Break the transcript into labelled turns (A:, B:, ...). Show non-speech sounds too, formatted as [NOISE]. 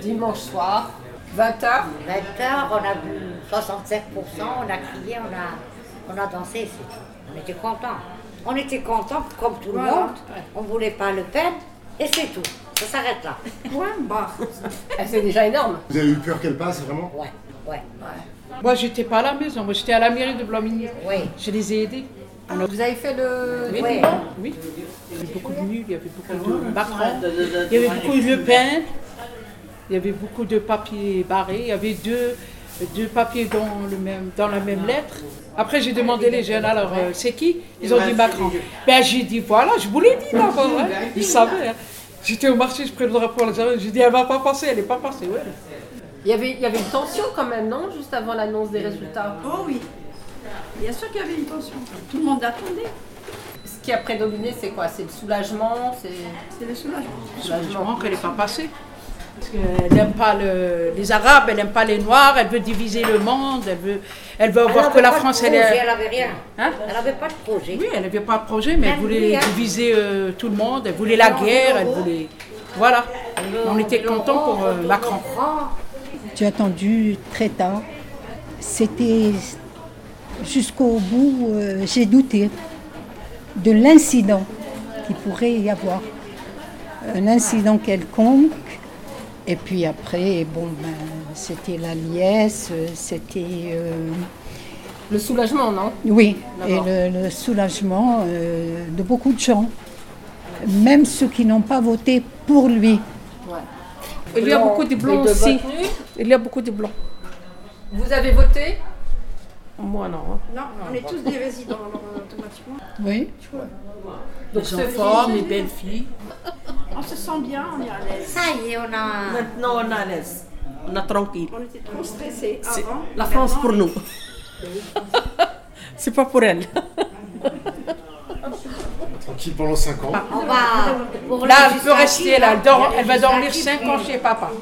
A: dimanche soir, 20h.
B: 20h, on a bu 65%, on a crié, on a, on a dansé, c'est tout. On était contents. On était contents, comme tout le
C: Voilà.
B: monde. On ne voulait pas le peine, et c'est tout. Ça s'arrête
D: [LAUGHS]
B: là.
C: Point barre.
A: Eh, C'est déjà énorme.
E: Vous avez eu peur qu'elle passe, vraiment
B: Ouais, ouais.
D: Moi, j'étais pas à la maison, moi j'étais à la mairie de Blomigny.
B: Oui.
D: Je les ai aidés. Alors,
A: Ah, Vous avez fait le.
D: oui,
B: Ouais.
D: oui. Il y avait beaucoup de nuls, il y avait beaucoup de Macron, il y avait beaucoup de Le Pen, il y avait beaucoup de papiers barrés, il y avait deux, deux papiers dans, le même, dans la même lettre. Après, j'ai demandé les jeunes, alors euh, c'est qui Ils ont dit Macron. Ben, j'ai dit, voilà, je vous l'ai dit d'abord, hein. ils savaient. hein. J'étais au marché, je prenais le drapeau à la J'ai dit, elle va pas passer, elle n'est pas passée. ouais.
A: Il y, avait, il y avait une tension quand même, non Juste avant l'annonce des résultats.
C: Oh oui. Bien sûr qu'il y avait une tension. Tout le monde attendait.
A: Ce qui a prédominé, c'est quoi C'est le soulagement C'est.
C: C'est le soulagement.
D: Bah, Je comprends qu'elle n'est pas passée. Parce qu'elle n'aime pas le- les Arabes, elle n'aime pas les Noirs, elle veut diviser le monde, elle veut, elle veut
B: Elle
D: voir
B: avait
D: que la
B: pas de
D: France, elle
B: projet,
D: est.
B: Elle avait rien.
D: Hein
B: Elle n'avait pas de projet.
D: Oui, elle n'avait pas de projet, mais elle
B: Même
D: voulait
B: lui, hein.
D: diviser euh, tout le monde, elle voulait la guerre, elle voulait. Voilà. On était contents pour euh, Macron.
F: J'ai attendu très tard. C'était jusqu'au bout, euh, j'ai douté de l'incident qui pourrait y avoir. Un incident quelconque. Et puis après, bon, ben, c'était la liesse, euh, c'était. euh,
A: Le soulagement, non
F: oui, et
A: D'accord.
F: le, le soulagement euh, de beaucoup de gens, même ceux qui n'ont pas voté pour lui.
D: Il y a beaucoup de blancs
A: les deux
D: aussi.
A: votes nuls.
D: Il y a beaucoup de blancs.
A: Vous avez voté
D: Moi, non.
C: Non, on est tous des résidents, alors euh, automatiquement.
F: Oui.
A: Donc
D: Mes
A: ce
D: enfants,
A: film-
D: mes belles-filles.
C: On se sent bien, on est à l'aise.
B: Ça y est, on a.
G: Maintenant, on est à l'aise. On est tranquille.
C: On était trop stressés avant.
G: La France pour nous. C'est pas pour elle.
E: Tranquille pendant 5 ans.
B: On va. pour
D: Là,
B: les
D: elle peut rester, là, elle, dort- elle va dormir
B: législatives,
D: 5 ans chez papa.